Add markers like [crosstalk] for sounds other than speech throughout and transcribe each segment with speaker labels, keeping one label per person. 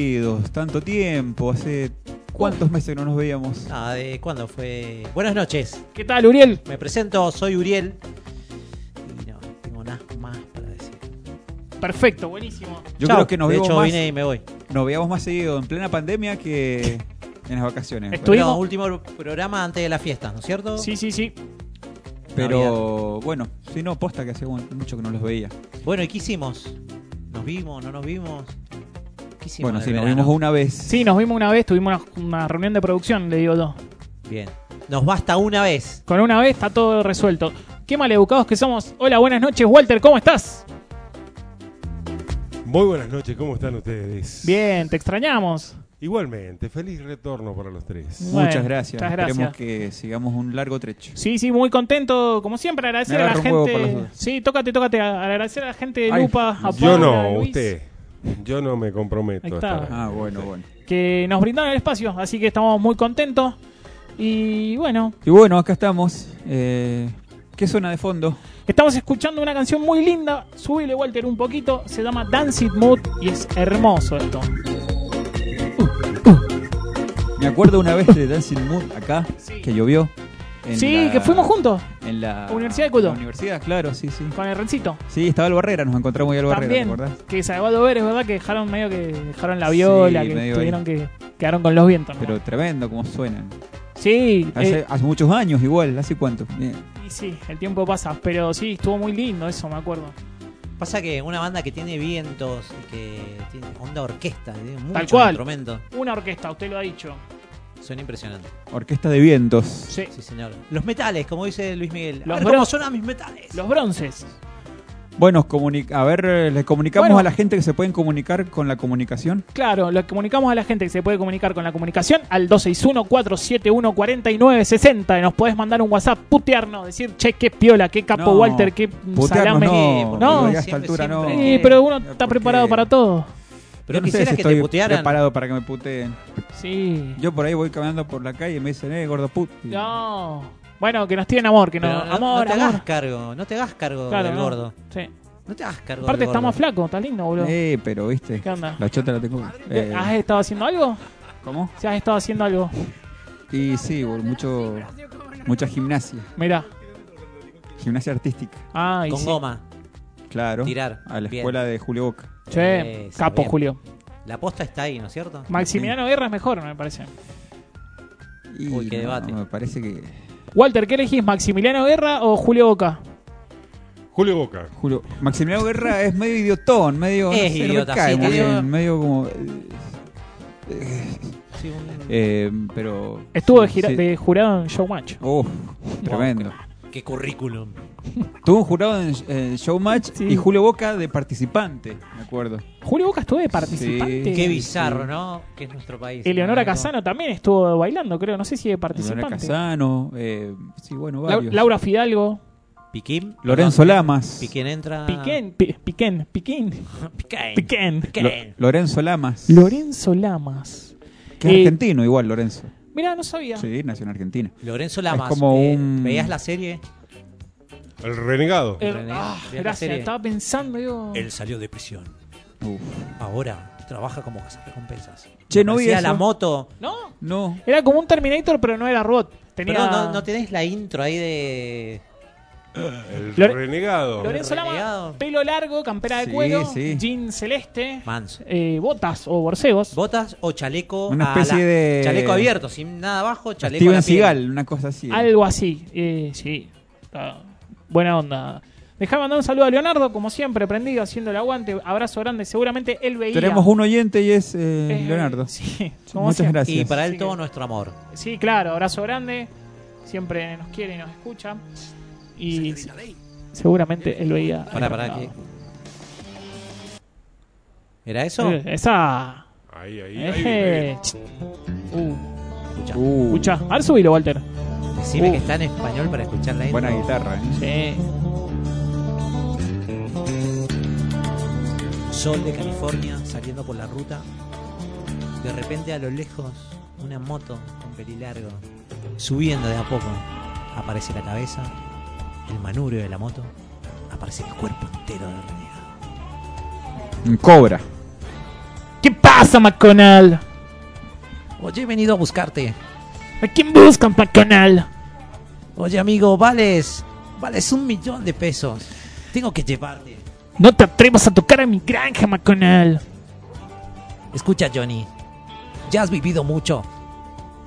Speaker 1: Queridos, tanto tiempo, hace cuántos meses que no nos veíamos.
Speaker 2: Ah, ¿de cuándo fue? Buenas noches,
Speaker 3: ¿Qué tal, Uriel?
Speaker 2: me presento, soy Uriel. Y no, no tengo nada más para decir.
Speaker 3: Perfecto, buenísimo.
Speaker 1: Yo
Speaker 2: Chao.
Speaker 1: creo que nos
Speaker 2: De
Speaker 1: vemos
Speaker 2: hecho,
Speaker 1: más,
Speaker 2: vine y me voy.
Speaker 1: nos veíamos más seguido en plena pandemia que en las vacaciones.
Speaker 3: Estoy- Tuvimos-
Speaker 2: No, último programa antes de las fiestas, ¿no es cierto?
Speaker 3: Sí, sí, sí.
Speaker 1: Pero bueno, si no, posta que hace un- mucho que no los veía.
Speaker 2: Bueno, ¿y qué hicimos? ¿Nos vimos? ¿No nos vimos? ¿Qué hicimos?
Speaker 1: bueno,
Speaker 2: del
Speaker 1: sí, nos
Speaker 2: verano?
Speaker 1: vimos una vez.
Speaker 3: Sí, nos vimos una vez, tuvimos una, una reunión de producción, le digo yo.
Speaker 2: Bien. Nos basta una vez.
Speaker 3: Con una vez está todo resuelto. Qué maleducados que somos. Hola, buenas noches, Walter, ¿cómo estás?
Speaker 4: Muy buenas noches, ¿cómo están ustedes?
Speaker 3: Bien, te extrañamos.
Speaker 4: Igualmente, feliz retorno para los tres.
Speaker 1: Muchas
Speaker 3: Bueno,
Speaker 1: gracias.
Speaker 3: muchas
Speaker 1: Esperemos
Speaker 3: gracias.
Speaker 1: que sigamos un largo trecho.
Speaker 3: Sí, sí, muy contento. Como siempre, agradecer
Speaker 1: Me
Speaker 3: a la
Speaker 1: agarro un huevo por las
Speaker 3: gente.
Speaker 1: dos.
Speaker 3: Sí, tócate, tócate. a- Agradecer a la gente de
Speaker 1: Ay,
Speaker 3: Lupa, a
Speaker 4: Yo
Speaker 3: Paula, a
Speaker 4: no,
Speaker 3: Luis,
Speaker 4: usted. Yo no me comprometo.
Speaker 3: Ahí
Speaker 4: a
Speaker 3: está.
Speaker 4: estar.
Speaker 1: Ah, bueno, bueno.
Speaker 3: Que nos brindaron el espacio, así que estamos muy contentos. Y bueno,
Speaker 1: Y bueno, acá estamos. Eh, ¿Qué suena de fondo?
Speaker 3: Estamos escuchando una canción muy linda. Súbele, Walter, un poquito. Se llama Dancing Mood y es hermoso esto.
Speaker 1: Me acuerdo una vez de Dancing Mood acá,
Speaker 3: Sí.
Speaker 1: que llovió. en
Speaker 3: sí,
Speaker 1: la-
Speaker 3: que fuimos juntos
Speaker 1: En la
Speaker 3: Universidad de Cuyo.
Speaker 1: la Universidad, claro, sí, sí.
Speaker 3: con el Rencito.
Speaker 1: Sí, estaba el Barrera, nos encontramos ahí al Barrera, ¿te
Speaker 3: También,
Speaker 1: acordás?
Speaker 3: que se acabó de ver, es verdad que dejaron medio que dejaron la viola,
Speaker 1: Sí,
Speaker 3: que
Speaker 1: medio
Speaker 3: tuvieron que quedaron con los vientos. ¿no?
Speaker 1: Pero tremendo como suenan.
Speaker 3: sí,
Speaker 1: Hace,
Speaker 3: eh,
Speaker 1: hace muchos años igual, ¿hace cuánto? Bien.
Speaker 3: y sí, el tiempo pasa, pero sí, estuvo muy lindo eso, me acuerdo.
Speaker 2: Pasa que una banda que tiene vientos y que tiene onda orquesta, que tiene
Speaker 3: Tal
Speaker 2: muchos
Speaker 3: cual.
Speaker 2: instrumentos,
Speaker 3: Una orquesta, usted lo ha dicho.
Speaker 2: son impresionantes.
Speaker 1: Orquesta de Vientos.
Speaker 3: Sí,
Speaker 2: Sí, señor. Los metales, como dice Luis Miguel. A
Speaker 3: Los
Speaker 2: ver cómo
Speaker 3: bros-
Speaker 2: suenan mis metales.
Speaker 3: los bronces.
Speaker 1: Bueno, comuni- a ver, eh, les comunicamos
Speaker 3: Bueno.
Speaker 1: a la gente que se pueden comunicar con la comunicación.
Speaker 3: Claro, lo comunicamos a la gente que se puede comunicar con la comunicación al 261-471-4960. Nos podés mandar un WhatsApp, putearnos, decir, che, qué piola, qué capo
Speaker 1: No,
Speaker 3: Walter, qué
Speaker 1: Putearnos
Speaker 3: salame.
Speaker 2: Sí,
Speaker 1: no,
Speaker 2: porque
Speaker 3: no,
Speaker 1: porque a esta
Speaker 2: siempre,
Speaker 1: altura no.
Speaker 2: siempre.
Speaker 3: Sí, pero uno
Speaker 1: ¿Por
Speaker 3: está
Speaker 1: qué?
Speaker 3: preparado para todo.
Speaker 2: Pero
Speaker 1: Yo no sé
Speaker 2: quisiera
Speaker 1: si
Speaker 2: que
Speaker 1: estoy
Speaker 2: te putearan.
Speaker 1: preparado para que me puteen.
Speaker 3: Sí.
Speaker 1: Yo por ahí voy caminando por la calle y me dicen, eh, gordo put. Y-
Speaker 3: No. Bueno, que nos tienen amor, que
Speaker 2: Pero
Speaker 3: no.
Speaker 2: no, no
Speaker 3: amor,
Speaker 2: te hagas
Speaker 3: amor.
Speaker 2: cargo, no te hagas cargo
Speaker 3: Claro,
Speaker 2: del
Speaker 3: no.
Speaker 2: gordo.
Speaker 3: Sí.
Speaker 2: No te hagas cargo
Speaker 3: Aparte
Speaker 2: del
Speaker 3: está
Speaker 2: gordo.
Speaker 3: más flaco, está lindo, boludo.
Speaker 1: Eh, pero viste,
Speaker 3: ¿Qué onda? ah,
Speaker 1: la chota la tengo. eh,
Speaker 3: ¿Has estado haciendo algo?
Speaker 1: ¿Cómo?
Speaker 3: Si has estado haciendo algo.
Speaker 1: Y sí, bol- mucho, mucha gimnasia.
Speaker 3: Mirá.
Speaker 1: Gimnasia artística,
Speaker 3: Ay,
Speaker 2: Con
Speaker 3: sí.
Speaker 2: goma,
Speaker 1: claro.
Speaker 2: tirar.
Speaker 1: A la
Speaker 2: Bien.
Speaker 1: escuela de Julio Boca.
Speaker 3: Che,
Speaker 2: Eso,
Speaker 3: capo,
Speaker 2: bien.
Speaker 3: Julio.
Speaker 2: La posta está ahí, ¿no es cierto?
Speaker 3: Maximiliano Guerra es mejor, me parece.
Speaker 1: Y
Speaker 2: Uy, qué debate.
Speaker 1: me parece que
Speaker 3: Walter, ¿qué elegís? ¿Maximiliano Guerra o Julio Boca?
Speaker 4: Julio Boca.
Speaker 1: Julio, Maximiliano Guerra es medio idiotón, medio.
Speaker 2: Es
Speaker 1: me
Speaker 2: idiota,
Speaker 1: cae
Speaker 2: sí,
Speaker 1: muy
Speaker 2: te digo.
Speaker 1: bien, medio como.
Speaker 2: Sí, un-
Speaker 1: eh, pero.
Speaker 3: Estuvo de, gira-
Speaker 1: sí.
Speaker 3: de jurado en Showmatch.
Speaker 1: Uf, tremendo.
Speaker 2: Qué currículum.
Speaker 1: Tuvo un jurado en, en Showmatch
Speaker 3: Sí.
Speaker 1: y Julio Boca de participante, me acuerdo.
Speaker 3: Julio Boca estuvo de participante.
Speaker 1: Sí,
Speaker 2: Qué
Speaker 1: sí.
Speaker 2: bizarro, ¿no? Que es nuestro país.
Speaker 3: Eleonora
Speaker 2: ¿no?
Speaker 3: Casano también estuvo bailando, creo. No sé si de
Speaker 1: Leonora
Speaker 3: participante.
Speaker 1: Casano, eh, sí, bueno,
Speaker 3: Lau-
Speaker 1: varios.
Speaker 3: Laura Fidalgo.
Speaker 2: Piquín.
Speaker 1: Lorenzo Lamas.
Speaker 2: Piquén entra. [laughs]
Speaker 3: Piquén, pi- Piquén, Piquén,
Speaker 2: Ah. Piquén.
Speaker 3: Piquén.
Speaker 1: Lo-
Speaker 2: Piquén.
Speaker 1: Lorenzo Lamas.
Speaker 3: Lorenzo Lamas.
Speaker 1: que es
Speaker 3: Eh,
Speaker 1: argentino, igual, Lorenzo.
Speaker 3: Mirá, no sabía.
Speaker 1: Sí, nació en Argentina.
Speaker 2: Lorenzo Lamas.
Speaker 1: Es como
Speaker 2: eh,
Speaker 1: un-
Speaker 2: ¿Veías la serie?
Speaker 4: El renegado.
Speaker 3: Eh,
Speaker 2: Bien,
Speaker 3: ah,
Speaker 2: bien la
Speaker 3: gracias,
Speaker 2: serie.
Speaker 3: estaba pensando, digo.
Speaker 2: Él salió de prisión.
Speaker 1: Uf.
Speaker 2: Ahora trabaja como cazarrecompensas.
Speaker 1: Che, no vi
Speaker 2: Hacía
Speaker 1: eso.
Speaker 2: la moto.
Speaker 3: No,
Speaker 1: No.
Speaker 3: era como un Terminator, pero no era robot. Tenía...
Speaker 2: Perdón, no, no tenés la intro ahí de.
Speaker 4: El
Speaker 3: Lore-
Speaker 4: renegado.
Speaker 3: Lorenzo
Speaker 2: Renegado.
Speaker 3: Lamas, pelo largo, campera de
Speaker 1: Sí,
Speaker 3: cuero,
Speaker 1: sí.
Speaker 3: jean celeste,
Speaker 2: Manso.
Speaker 3: eh, botas o borcegos.
Speaker 2: Botas o chaleco.
Speaker 1: Una
Speaker 2: a la-
Speaker 1: especie de-
Speaker 2: Chaleco abierto, sin nada abajo, chaleco. a la
Speaker 1: Steven
Speaker 2: piel.
Speaker 1: Seagal, una cosa así.
Speaker 3: Algo así, eh, sí. Ah, buena onda. Dejá mandar un saludo a Leonardo, como siempre, prendido, haciendo el aguante. Abrazo grande, seguramente él veía.
Speaker 1: Tenemos un oyente y es eh,
Speaker 3: Eh,
Speaker 1: Leonardo.
Speaker 3: [laughs] Sí, como
Speaker 1: Muchas
Speaker 3: siempre.
Speaker 1: gracias.
Speaker 2: Y para él
Speaker 3: Así
Speaker 2: todo
Speaker 3: que-
Speaker 2: nuestro amor.
Speaker 3: Sí, claro, abrazo grande. Siempre nos quiere y nos escucha. Y seguramente él veía.
Speaker 2: Para, para que. ¿Era eso?
Speaker 3: Eh, Esa.
Speaker 4: Ahí, ahí, ahí.
Speaker 3: Eh, ch- uh,
Speaker 2: Escuchá.
Speaker 1: Uh,
Speaker 3: escucha. A ver, subilo, Walter.
Speaker 2: Decime
Speaker 3: Uh.
Speaker 2: que está en español para escuchar la intro.
Speaker 1: Buena guitarra, ¿eh?
Speaker 3: Sí.
Speaker 2: Sol de California saliendo por la ruta. De repente a lo lejos una moto con pelilargo subiendo de a poco. Aparece la cabeza, el manubrio de la moto, aparece el cuerpo entero de renegado.
Speaker 1: Un Cobra.
Speaker 3: ¿Qué pasa? pasa, McConnell?
Speaker 2: Oye, he venido a buscarte.
Speaker 3: ¿A quién buscan, McConnell?
Speaker 2: Oye, amigo, vales. Vales un millón de pesos. Tengo que llevarte.
Speaker 3: No te atrevas a tocar a mi granja, McConnell.
Speaker 2: Escucha, Johnny. Ya has vivido mucho.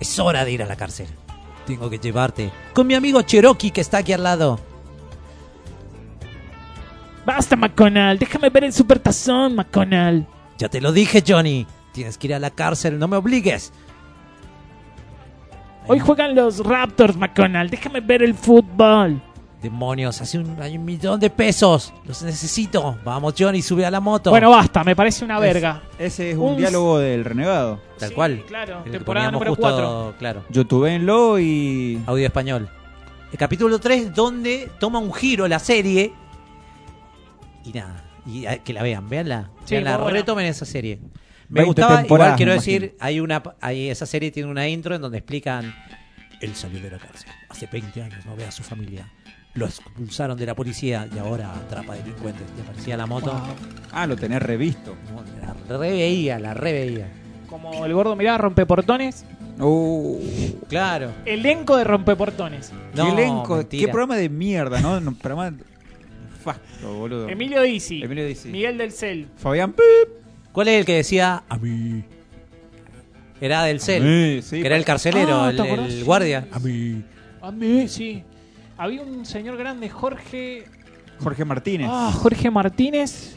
Speaker 2: Es hora de ir a la cárcel. Tengo que llevarte. Con mi amigo Cherokee que está aquí al lado.
Speaker 3: Basta, McConnell. Déjame ver el supertazón, McConnell.
Speaker 2: Ya te lo dije, Johnny. Tienes que ir a la cárcel, no me obligues.
Speaker 3: Hoy juegan los Raptors, McConnell. Déjame ver el fútbol.
Speaker 2: Demonios, hace un, hay un millón de pesos. Los necesito. Vamos, Johnny, sube a la moto.
Speaker 3: Bueno, basta. Me parece una verga.
Speaker 1: Ese es un
Speaker 3: Un-
Speaker 1: diálogo del renegado.
Speaker 2: tal
Speaker 3: Sí,
Speaker 2: cual.
Speaker 3: claro,
Speaker 2: El que
Speaker 3: temporada
Speaker 2: poníamos
Speaker 3: número
Speaker 2: justo,
Speaker 3: 4.
Speaker 2: Claro,
Speaker 1: Youtubenlo y.
Speaker 2: audio español. El capítulo 3, donde toma un giro la serie. Y nada, y a- que la vean, veanla.
Speaker 3: Sí,
Speaker 2: veanla,
Speaker 3: muy buena.
Speaker 2: retomen esa serie.
Speaker 1: 20
Speaker 2: Me gustaba, igual
Speaker 1: temporadas,
Speaker 2: quiero
Speaker 1: me
Speaker 2: decir,
Speaker 1: imagino.
Speaker 2: hay una, hay, esa serie tiene una intro en donde explican. Él salió de la cárcel. Hace 20 años no ve a su familia. Lo expulsaron de la policía y ahora atrapa delincuentes. Le parecía la moto.
Speaker 1: Ah, lo tenés revisto.
Speaker 2: La reveía, la reveía.
Speaker 3: Como el gordo mirá, rompeportones.
Speaker 1: Uh,
Speaker 2: Claro.
Speaker 3: Elenco de rompeportones.
Speaker 1: qué
Speaker 2: No,
Speaker 1: elenco.
Speaker 2: mentira.
Speaker 1: Qué programa de mierda, ¿no? No, programa. Fasto, boludo.
Speaker 3: Emilio Dizzi.
Speaker 1: Emilio Dizzi.
Speaker 3: Miguel del Cel.
Speaker 1: Fabián Pip.
Speaker 2: ¿Cuál es el que decía a mí? Era del CEL.
Speaker 1: Sí, sí.
Speaker 2: que era el carcelero,
Speaker 3: Ah,
Speaker 2: el,
Speaker 3: ¿te acordás?
Speaker 2: el guardia.
Speaker 4: A mí.
Speaker 3: A mí, Ah, sí. Había un señor grande, Jorge.
Speaker 1: Jorge Martínez.
Speaker 3: Ah, Jorge Martínez.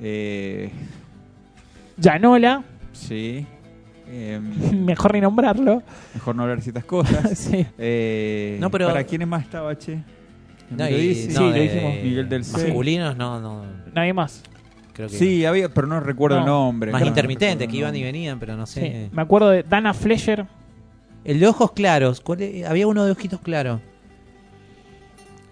Speaker 1: Eh,
Speaker 3: Llanola.
Speaker 1: sí. Eh,
Speaker 3: [laughs] Mejor ni
Speaker 1: [laughs]
Speaker 3: nombrarlo.
Speaker 1: mejor no hablar ciertas
Speaker 3: [laughs]
Speaker 1: cosas.
Speaker 3: sí.
Speaker 1: Eh,
Speaker 2: No, pero-
Speaker 1: ¿Para quiénes más estaba, che?
Speaker 2: No,
Speaker 1: Emilio
Speaker 2: y-
Speaker 1: Dizzi.
Speaker 2: no, eh,
Speaker 3: Sí, lo
Speaker 2: de-
Speaker 3: dijimos.
Speaker 1: Miguel del Cel.
Speaker 2: Masculinos, no, no.
Speaker 3: Nadie más.
Speaker 2: Creo que
Speaker 1: Sí, había, pero no recuerdo
Speaker 3: No,
Speaker 1: el nombre.
Speaker 2: Más
Speaker 1: No, no
Speaker 2: intermitentes,
Speaker 1: recuerdo
Speaker 2: que
Speaker 1: el
Speaker 2: iban y
Speaker 1: nombre.
Speaker 2: venían, pero no
Speaker 3: Sí.
Speaker 2: sé.
Speaker 3: Me acuerdo de Dana Fletcher.
Speaker 2: El de ojos claros. ¿cuál es? Había uno de ojitos claros.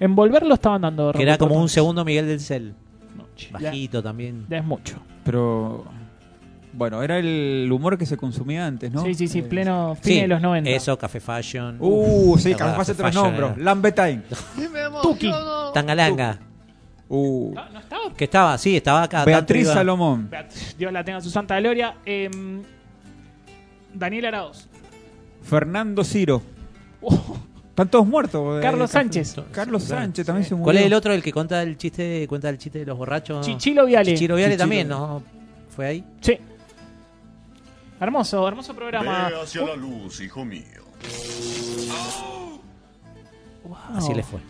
Speaker 3: En Volver lo estaban dando.
Speaker 2: Que era como un
Speaker 3: rompeportones.
Speaker 2: segundo Miguel del Cel.
Speaker 3: No, che, ya-
Speaker 2: Bajito también.
Speaker 3: ya es mucho.
Speaker 1: Pero. Bueno, era el humor que se consumía antes, ¿no?
Speaker 3: Sí, sí, sí,
Speaker 1: Eh,
Speaker 3: pleno fin
Speaker 2: Sí,
Speaker 3: de los 90.
Speaker 2: Eso, Café Fashion.
Speaker 1: Uh, sí,
Speaker 2: Uf,
Speaker 1: capaz pase tres
Speaker 2: fashion
Speaker 1: nombres.
Speaker 2: era.
Speaker 1: Lambetain.
Speaker 3: Tuki.
Speaker 2: Tangalanga.
Speaker 1: Uh.
Speaker 3: No, no estaba.
Speaker 2: Que estaba, sí, estaba acá.
Speaker 1: Beatriz
Speaker 2: Ah, tanto iba-
Speaker 1: Salomón.
Speaker 3: Dios la tenga en su santa gloria. Em, Daniel Araoz.
Speaker 1: Fernando Ciro.
Speaker 3: Oh,
Speaker 1: Están todos muertos. eh,
Speaker 3: Carlos
Speaker 1: Café-
Speaker 3: Sánchez.
Speaker 1: Carlos Sánchez también se murió.
Speaker 2: ¿Cuál es el otro, el que cuenta el chiste, cuenta el chiste de los borrachos?
Speaker 3: Chichilo Viale.
Speaker 2: Chichiro Viale
Speaker 1: Chichiro.
Speaker 2: también, ¿no? ¿Fue ahí?
Speaker 3: Sí. Hermoso, hermoso programa.
Speaker 5: Ve hacia la luz, hijo mío.
Speaker 3: Wow.
Speaker 2: Así Ah, le fue.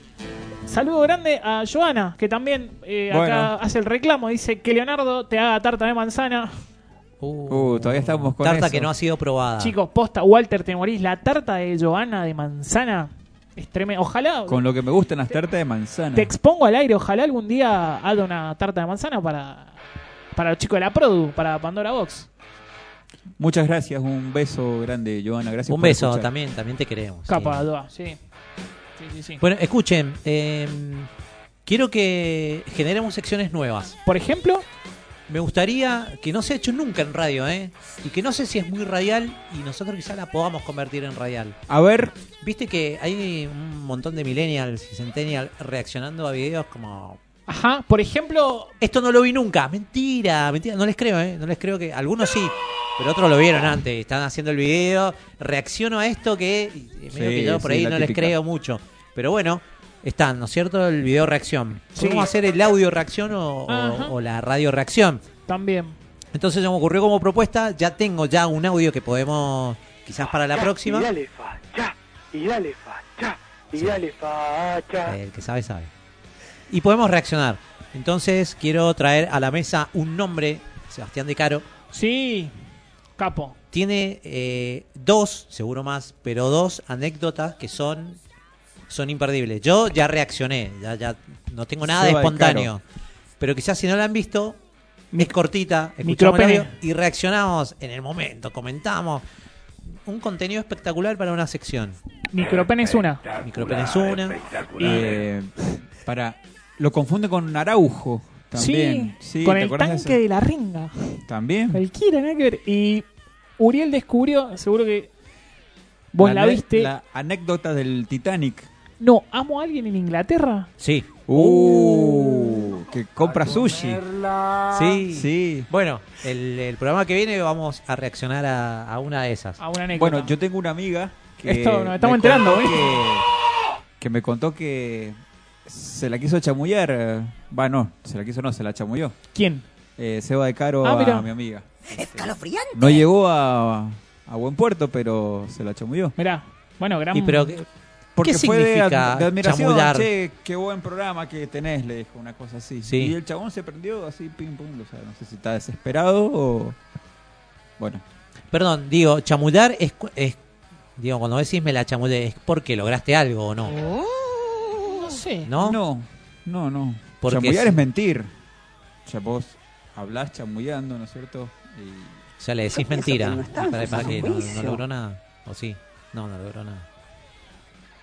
Speaker 3: Saludo grande a Joana, que también eh, acá
Speaker 1: Bueno.
Speaker 3: hace el reclamo. Dice que Leonardo te haga tarta de manzana.
Speaker 1: Uh, todavía estamos con
Speaker 2: Tarta
Speaker 1: eso.
Speaker 2: que no ha sido probada.
Speaker 3: Chicos, posta, Walter, te morís. La tarta de Joana de manzana es tremenda. Ojalá.
Speaker 1: Con lo que me gustan las tartas de manzana.
Speaker 3: Te expongo al aire, ojalá algún día haga una tarta de manzana para, para los chicos de la Produ, para Pandora Box.
Speaker 1: Muchas gracias, un beso grande, Joana. Gracias
Speaker 2: Un
Speaker 1: por
Speaker 2: beso,
Speaker 1: escuchar.
Speaker 2: también, también te queremos.
Speaker 3: Capa,
Speaker 2: sí.
Speaker 3: Doa, sí. Sí, sí, sí.
Speaker 2: Bueno, escuchen, eh, quiero que generemos secciones nuevas.
Speaker 3: Por ejemplo,
Speaker 2: Me gustaría que no se ha hecho nunca en radio, ¿eh? Y que no sé si es muy radial y nosotros quizá la podamos convertir en radial.
Speaker 1: A ver,
Speaker 2: Viste que hay un montón de millennials y centennials reaccionando a videos como...
Speaker 3: ajá, por ejemplo,
Speaker 2: Esto no lo vi nunca, mentira, mentira, no les creo, ¿eh? No les creo que... Algunos sí, pero otros lo vieron antes, están haciendo el video, reacciono a esto que... y medio
Speaker 1: Sí,
Speaker 2: que yo por
Speaker 1: sí,
Speaker 2: ahí
Speaker 1: la
Speaker 2: no les
Speaker 1: típica.
Speaker 2: creo mucho, pero bueno, están, ¿no es cierto? El video reacción.
Speaker 3: Sí.
Speaker 2: ¿Cómo hacer el audio reacción o-
Speaker 3: Ajá.
Speaker 2: o, o la radio reacción?
Speaker 3: también.
Speaker 2: Entonces se me ocurrió como propuesta, ya tengo ya un audio que podemos quizás para la próxima.
Speaker 6: Y dale facha, y dale facha, y dale facha.
Speaker 2: Eh, El que sabe, sabe. Y podemos reaccionar. Entonces quiero traer a la mesa un nombre, Sebastián De Caro.
Speaker 3: Sí, capo.
Speaker 2: Tiene eh, dos, seguro más, pero dos anécdotas que son, son imperdibles. Yo ya reaccioné, ya, ya no tengo nada de
Speaker 1: Seba De
Speaker 2: espontáneo. Pero quizás si no la han visto, es cortita, escuchamos el
Speaker 3: Micropene.
Speaker 2: audio y reaccionamos en el momento, comentamos. Un contenido espectacular para una sección.
Speaker 3: Micropen es una.
Speaker 2: Micropene es una.
Speaker 1: eh, para. Lo confunde con Araujo también.
Speaker 3: Sí, con
Speaker 1: ¿te
Speaker 3: el
Speaker 1: acordás de
Speaker 3: tanque
Speaker 1: eso?
Speaker 3: de, la ringa.
Speaker 1: También.
Speaker 3: Cualquiera, nada que ver. Y Uriel descubrió, seguro que vos la,
Speaker 1: ane-
Speaker 3: viste,
Speaker 1: La anécdota del Titanic.
Speaker 3: No, amo a alguien en Inglaterra.
Speaker 2: Sí.
Speaker 1: Uh, que compra sushi.
Speaker 2: Sí.
Speaker 1: Sí.
Speaker 2: Bueno, el, el programa que viene vamos a reaccionar a, a una de esas.
Speaker 1: Ah,
Speaker 3: A Ah, una anécdota.
Speaker 1: Bueno, yo tengo una amiga que
Speaker 3: Esto nos
Speaker 1: me
Speaker 3: estamos enterando,
Speaker 1: contó
Speaker 3: ¿eh?
Speaker 1: que, que me contó que se la quiso chamullar. eh, Va, no, se la quiso no, se la chamulló.
Speaker 3: ¿Quién?
Speaker 1: Eh, Seba de Caro
Speaker 3: Ah,
Speaker 1: a
Speaker 3: mira.
Speaker 1: mi amiga. No llegó a, a buen puerto, pero se la chamulló.
Speaker 3: Mirá. Bueno, gran.
Speaker 2: Y pero ¿qué-
Speaker 1: Porque
Speaker 2: ¿Qué
Speaker 1: fue de, ad-
Speaker 2: significa
Speaker 1: de admiración,
Speaker 2: chamullar?
Speaker 1: che, qué buen programa que tenés, le dijo una cosa así.
Speaker 2: Sí.
Speaker 1: Y el chabón se prendió así, pim, pum, o sea, no sé si está desesperado o... Bueno,
Speaker 2: Perdón, digo, chamullar es, cu- es- Digo, cuando decís me la chamulé, es porque lograste algo o no.
Speaker 3: No sé.
Speaker 2: ¿No?
Speaker 1: no, no, no.
Speaker 2: Porque
Speaker 1: Chamullar
Speaker 2: es-
Speaker 1: es mentir. O sea, vos hablás chamullando, ¿no es cierto? Y...
Speaker 2: O sea, le decís mentira.
Speaker 7: no está,
Speaker 2: Para, para
Speaker 7: es
Speaker 2: que no,
Speaker 7: un
Speaker 2: no
Speaker 7: juicio.
Speaker 2: logró nada. ¿O sí? No, no logró nada.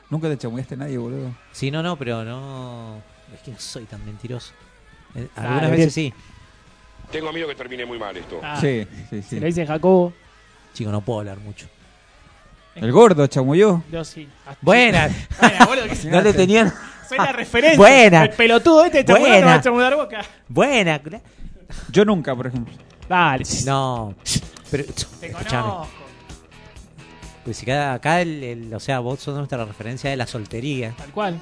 Speaker 1: Nunca te chamullaste a nadie, boludo.
Speaker 2: Sí, no, no, pero no. Es que no soy tan mentiroso. Eh,
Speaker 3: Ah,
Speaker 2: Algunas
Speaker 3: bien.
Speaker 2: veces sí.
Speaker 8: Tengo miedo que termine muy mal esto.
Speaker 3: Ah,
Speaker 1: sí, sí,
Speaker 3: Se
Speaker 1: sí.
Speaker 3: lo dice Jacobo.
Speaker 2: Chico, no puedo hablar mucho.
Speaker 1: El gordo chamulló.
Speaker 3: Yo sí. Hasta- [laughs]
Speaker 2: Buenas.
Speaker 3: Bueno, boludo,
Speaker 2: [laughs]
Speaker 3: que
Speaker 2: no te tenían.
Speaker 3: soy la referencia.
Speaker 2: Buena.
Speaker 3: El pelotudo este de
Speaker 2: Buena.
Speaker 3: no va a chamudar boca.
Speaker 2: Buena.
Speaker 1: Yo nunca, por ejemplo.
Speaker 3: Dale.
Speaker 2: No. Pero.
Speaker 3: Te
Speaker 2: Escuchame.
Speaker 3: conozco.
Speaker 2: Pues si cada, acá, el, el- o sea, vos sos nuestra referencia de la soltería.
Speaker 3: Tal cual.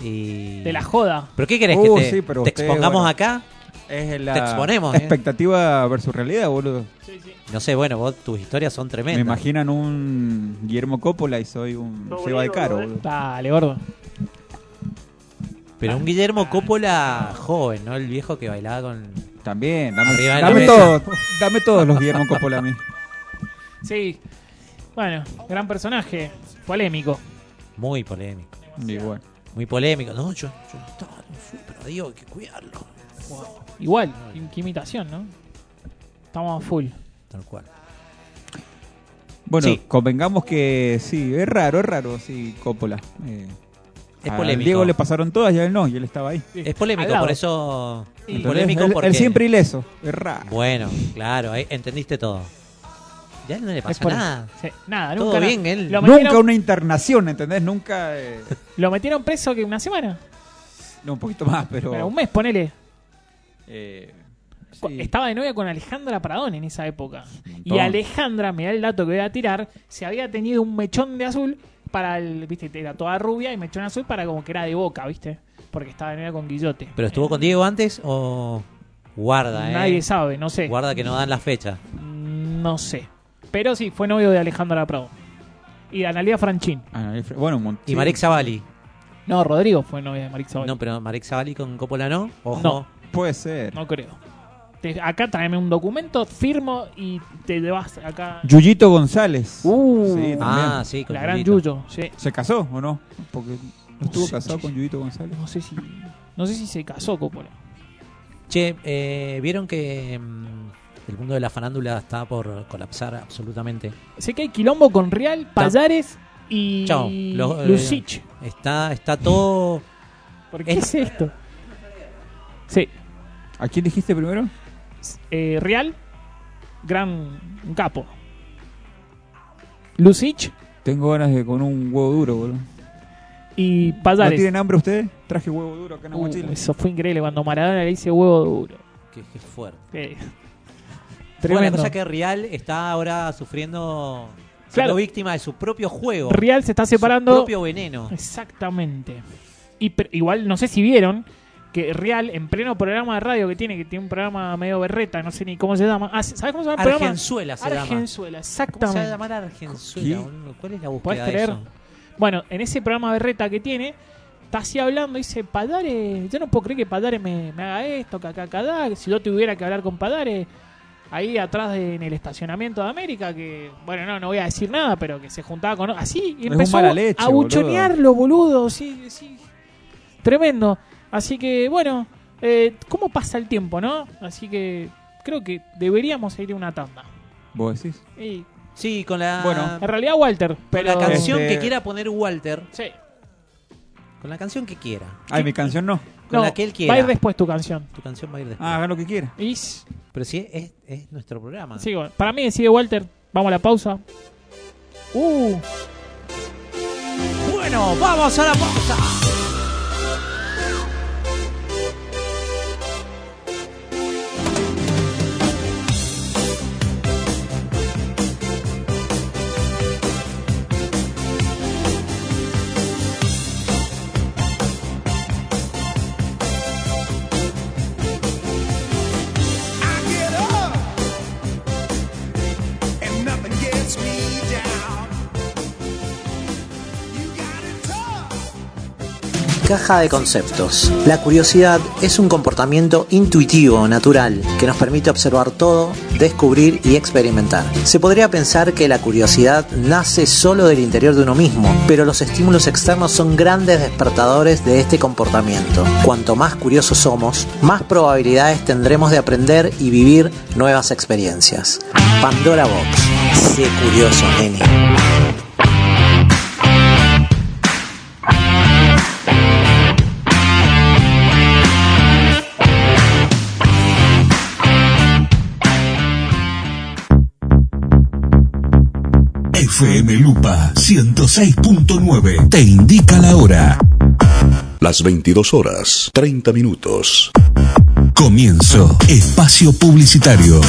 Speaker 2: Y...
Speaker 3: De la joda.
Speaker 2: ¿Pero qué querés
Speaker 1: Uh,
Speaker 2: que te,
Speaker 1: sí, pero
Speaker 2: te
Speaker 1: usted,
Speaker 2: expongamos
Speaker 1: bueno.
Speaker 2: acá?
Speaker 1: Es la
Speaker 2: Te exponemos, eh.
Speaker 1: expectativa versus realidad, boludo.
Speaker 3: Sí, sí.
Speaker 2: No sé, bueno, vos, tus historias son
Speaker 1: Me
Speaker 2: tremendas.
Speaker 1: imaginan un Guillermo Coppola y soy un
Speaker 6: No,
Speaker 1: Seba de
Speaker 6: boludo,
Speaker 1: Caro,
Speaker 6: eh.
Speaker 1: boludo.
Speaker 3: Dale, gordo.
Speaker 2: Pero un Guillermo Coppola joven, ¿no? El viejo que bailaba con.
Speaker 1: También, dame,
Speaker 2: Arriba de la
Speaker 1: dame
Speaker 2: mesa.
Speaker 1: todo, dame todos los Guillermo Coppola
Speaker 2: [laughs]
Speaker 1: a mí.
Speaker 3: Sí. Bueno, gran personaje. Polémico.
Speaker 2: Muy polémico.
Speaker 1: Y bueno,
Speaker 2: Muy polémico. No, yo, yo no estaba, no fui, pero digo, hay que cuidarlo.
Speaker 3: Igual. Qué imitación, ¿no? Estamos a full.
Speaker 2: Tal cual.
Speaker 1: Bueno,
Speaker 2: Sí.
Speaker 1: convengamos que sí, es raro, es raro, sí, Coppola. Eh,
Speaker 2: Es
Speaker 1: a
Speaker 2: polémico.
Speaker 1: Diego le pasaron todas y a él no, y él estaba ahí.
Speaker 3: Sí.
Speaker 2: Es
Speaker 3: Al
Speaker 2: polémico,
Speaker 3: lado.
Speaker 2: por eso.
Speaker 3: Sí.
Speaker 2: Polémico
Speaker 1: él, él
Speaker 2: porque.
Speaker 1: siempre ileso, es raro.
Speaker 2: Bueno, claro, ahí entendiste todo. Ya no le
Speaker 3: Es
Speaker 2: pasa
Speaker 3: por-
Speaker 2: nada.
Speaker 3: Sí, nada,
Speaker 2: Todo
Speaker 3: nunca. nada.
Speaker 2: bien, él.
Speaker 3: Lo
Speaker 1: Nunca
Speaker 3: metieron,
Speaker 1: una internación, ¿entendés? Nunca... eh,
Speaker 3: lo metieron preso que una semana.
Speaker 1: no, un poquito más, pero...
Speaker 3: Bueno, un mes, ponele.
Speaker 1: eh,
Speaker 3: Cu-
Speaker 1: sí.
Speaker 3: Estaba de novia con Alejandra Pradón en esa época. Y
Speaker 1: montón.
Speaker 3: Alejandra, mirá el dato que voy a tirar, se había tenido un mechón de azul para el. Viste, era toda rubia y mechón azul para como que era de boca, ¿viste? Porque estaba de novia con Guillote. Eh,
Speaker 2: ¿Pero estuvo con Diego antes o.? Guarda, eh.
Speaker 3: Nadie sabe, no sé.
Speaker 2: Guarda que no dan la fecha.
Speaker 3: No sé. Pero sí, fue novio de Alejandra Pradón. Y de Analia Franchín.
Speaker 1: Ah, ahí fue- bueno, un montón.
Speaker 2: Y Marek Zavalli.
Speaker 3: No, Rodrigo fue novia de Marix
Speaker 2: No, pero Marek Zavalli con Coppola no. Ojo.
Speaker 3: No.
Speaker 1: Puede ser.
Speaker 3: No creo. Te- acá tráeme un documento, firmo y te vas acá. Uh,
Speaker 1: Yuyito González.
Speaker 2: Uh.
Speaker 1: Sí, también.
Speaker 2: Ah, sí, con
Speaker 3: la gran
Speaker 2: Yuyito.
Speaker 3: Yuyo, sí.
Speaker 1: ¿Se casó o no? Porque no estuvo
Speaker 3: sé,
Speaker 1: casado
Speaker 3: che.
Speaker 1: con Yuyito González.
Speaker 3: No sé si. No sé si se casó Coppola.
Speaker 2: Che, eh, ¿vieron que mm, el mundo de la farándula está por colapsar absolutamente?
Speaker 3: Sé que hay quilombo con Real, Payares y
Speaker 2: Chao. Lo- eh,
Speaker 3: Lucich.
Speaker 2: Está, está todo.
Speaker 3: ¿Por qué
Speaker 2: es-
Speaker 3: es esto? Sí.
Speaker 1: ¿A quién dijiste primero?
Speaker 3: eh, Real, gran capo. Lucich
Speaker 1: Tengo ganas de con un huevo duro, boludo.
Speaker 3: y
Speaker 1: ¿No
Speaker 3: Payares.
Speaker 1: tienen hambre ustedes? Traje huevo duro acá en la
Speaker 3: Uh,
Speaker 1: mochila.
Speaker 3: eso fue increíble cuando Maradona le dice huevo duro.
Speaker 2: Qué, qué fuerte.
Speaker 3: Eh,
Speaker 2: Bueno, la
Speaker 3: Tremendo.
Speaker 2: cosa que Real está ahora sufriendo. Siendo
Speaker 3: Claro.
Speaker 2: víctima de su propio juego.
Speaker 3: Real se está separando.
Speaker 2: Su propio veneno.
Speaker 3: Exactamente. Y pre- igual no sé si vieron que Real en pleno programa de radio que tiene, que tiene un programa medio berreta, no sé ni cómo se llama. Ah, ¿Sabes cómo se llama el programa?
Speaker 2: Argenzuela se llama.
Speaker 3: Argenzuela,
Speaker 2: ¿Cómo se va a
Speaker 3: exactamente.
Speaker 2: llamar Argenzuela?
Speaker 1: ¿Qué?
Speaker 2: boludo? ¿Cuál es la
Speaker 3: ¿Podés
Speaker 2: búsqueda de
Speaker 3: creer?
Speaker 2: eso?
Speaker 3: Bueno, en ese programa berreta que tiene, está así hablando, dice, Padare, yo no puedo creer que Padare me, me haga esto, que acá, que allá, que si yo tuviera que hablar con Padare, ahí atrás de- en el estacionamiento de América, que, bueno, no, no voy a decir nada, pero que se juntaba con... Así, y
Speaker 1: Es un
Speaker 3: empezó
Speaker 1: mala leche,
Speaker 3: a buchonearlo, boludo, sí, sí. Tremendo. Así que, bueno, eh, ¿cómo pasa el tiempo, no? Así que creo que deberíamos ir a una tanda.
Speaker 1: ¿Vos decís?
Speaker 3: Y,
Speaker 2: Sí, con la.
Speaker 1: Bueno.
Speaker 3: en realidad, Walter,
Speaker 2: con
Speaker 3: pero...
Speaker 2: la canción
Speaker 1: Este-
Speaker 2: que quiera poner Walter.
Speaker 3: Sí.
Speaker 2: Con la canción que quiera.
Speaker 1: Ay, mi canción no.
Speaker 2: Con la que él quiera.
Speaker 3: Va a ir después tu canción.
Speaker 2: Tu canción va a ir después.
Speaker 1: Ah, hagan lo que quiera.
Speaker 3: Y s-
Speaker 2: Pero si es, es nuestro programa.
Speaker 3: sí, bueno, para mí decide Walter. Vamos a la pausa. Uh,
Speaker 8: ¡Fuera!
Speaker 2: Bueno, vamos a la pausa. Caja de conceptos. La curiosidad es un comportamiento intuitivo, natural, que nos permite observar todo, descubrir y experimentar. Se podría pensar que la curiosidad nace solo del interior de uno mismo, pero los estímulos externos son grandes despertadores de este comportamiento. Cuanto más curiosos somos, más probabilidades tendremos de aprender y vivir nuevas experiencias. Pandora Box. Sé curioso, nene.
Speaker 7: FM Lupa 106.9 te indica la hora.
Speaker 5: Las 22 horas, 30 minutos.
Speaker 7: Comienzo. Espacio publicitario.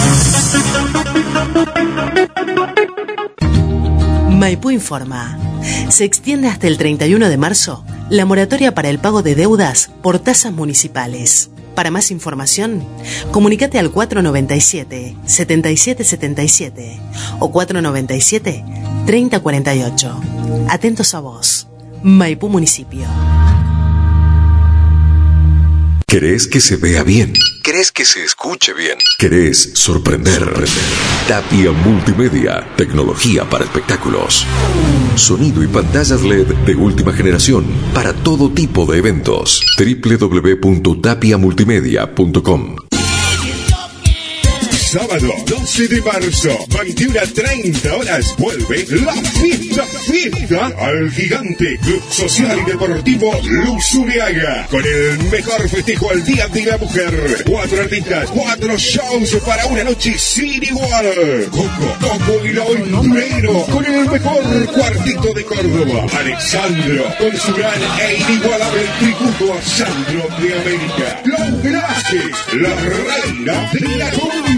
Speaker 9: Maipú informa. Se extiende hasta el 31 de marzo la moratoria para el pago de deudas por tasas municipales. Para más información, comunícate al 497-7777 o 497-3048. Atentos a vos. Maipú Municipio.
Speaker 7: ¿Querés que se vea bien?
Speaker 5: ¿Crees que se escuche bien?
Speaker 7: ¿Querés sorprender? Tapia Multimedia, tecnología para espectáculos. Sonido y pantallas LED de última generación para todo tipo de eventos. www.tapiamultimedia.com
Speaker 10: Sábado 12 de marzo, 21 a 30 horas, vuelve la fiesta, fiesta al gigante Club Social y Deportivo Luz Uriaga, con el mejor festejo al Día de la Mujer. Cuatro artistas, cuatro shows para una noche sin igual. Coco, Coco y la Olmero, con el mejor cuartito de Córdoba. Alexandro, con su gran e inigualable tributo a Sandro de América. Los Velázquez, la reina de la cumbia.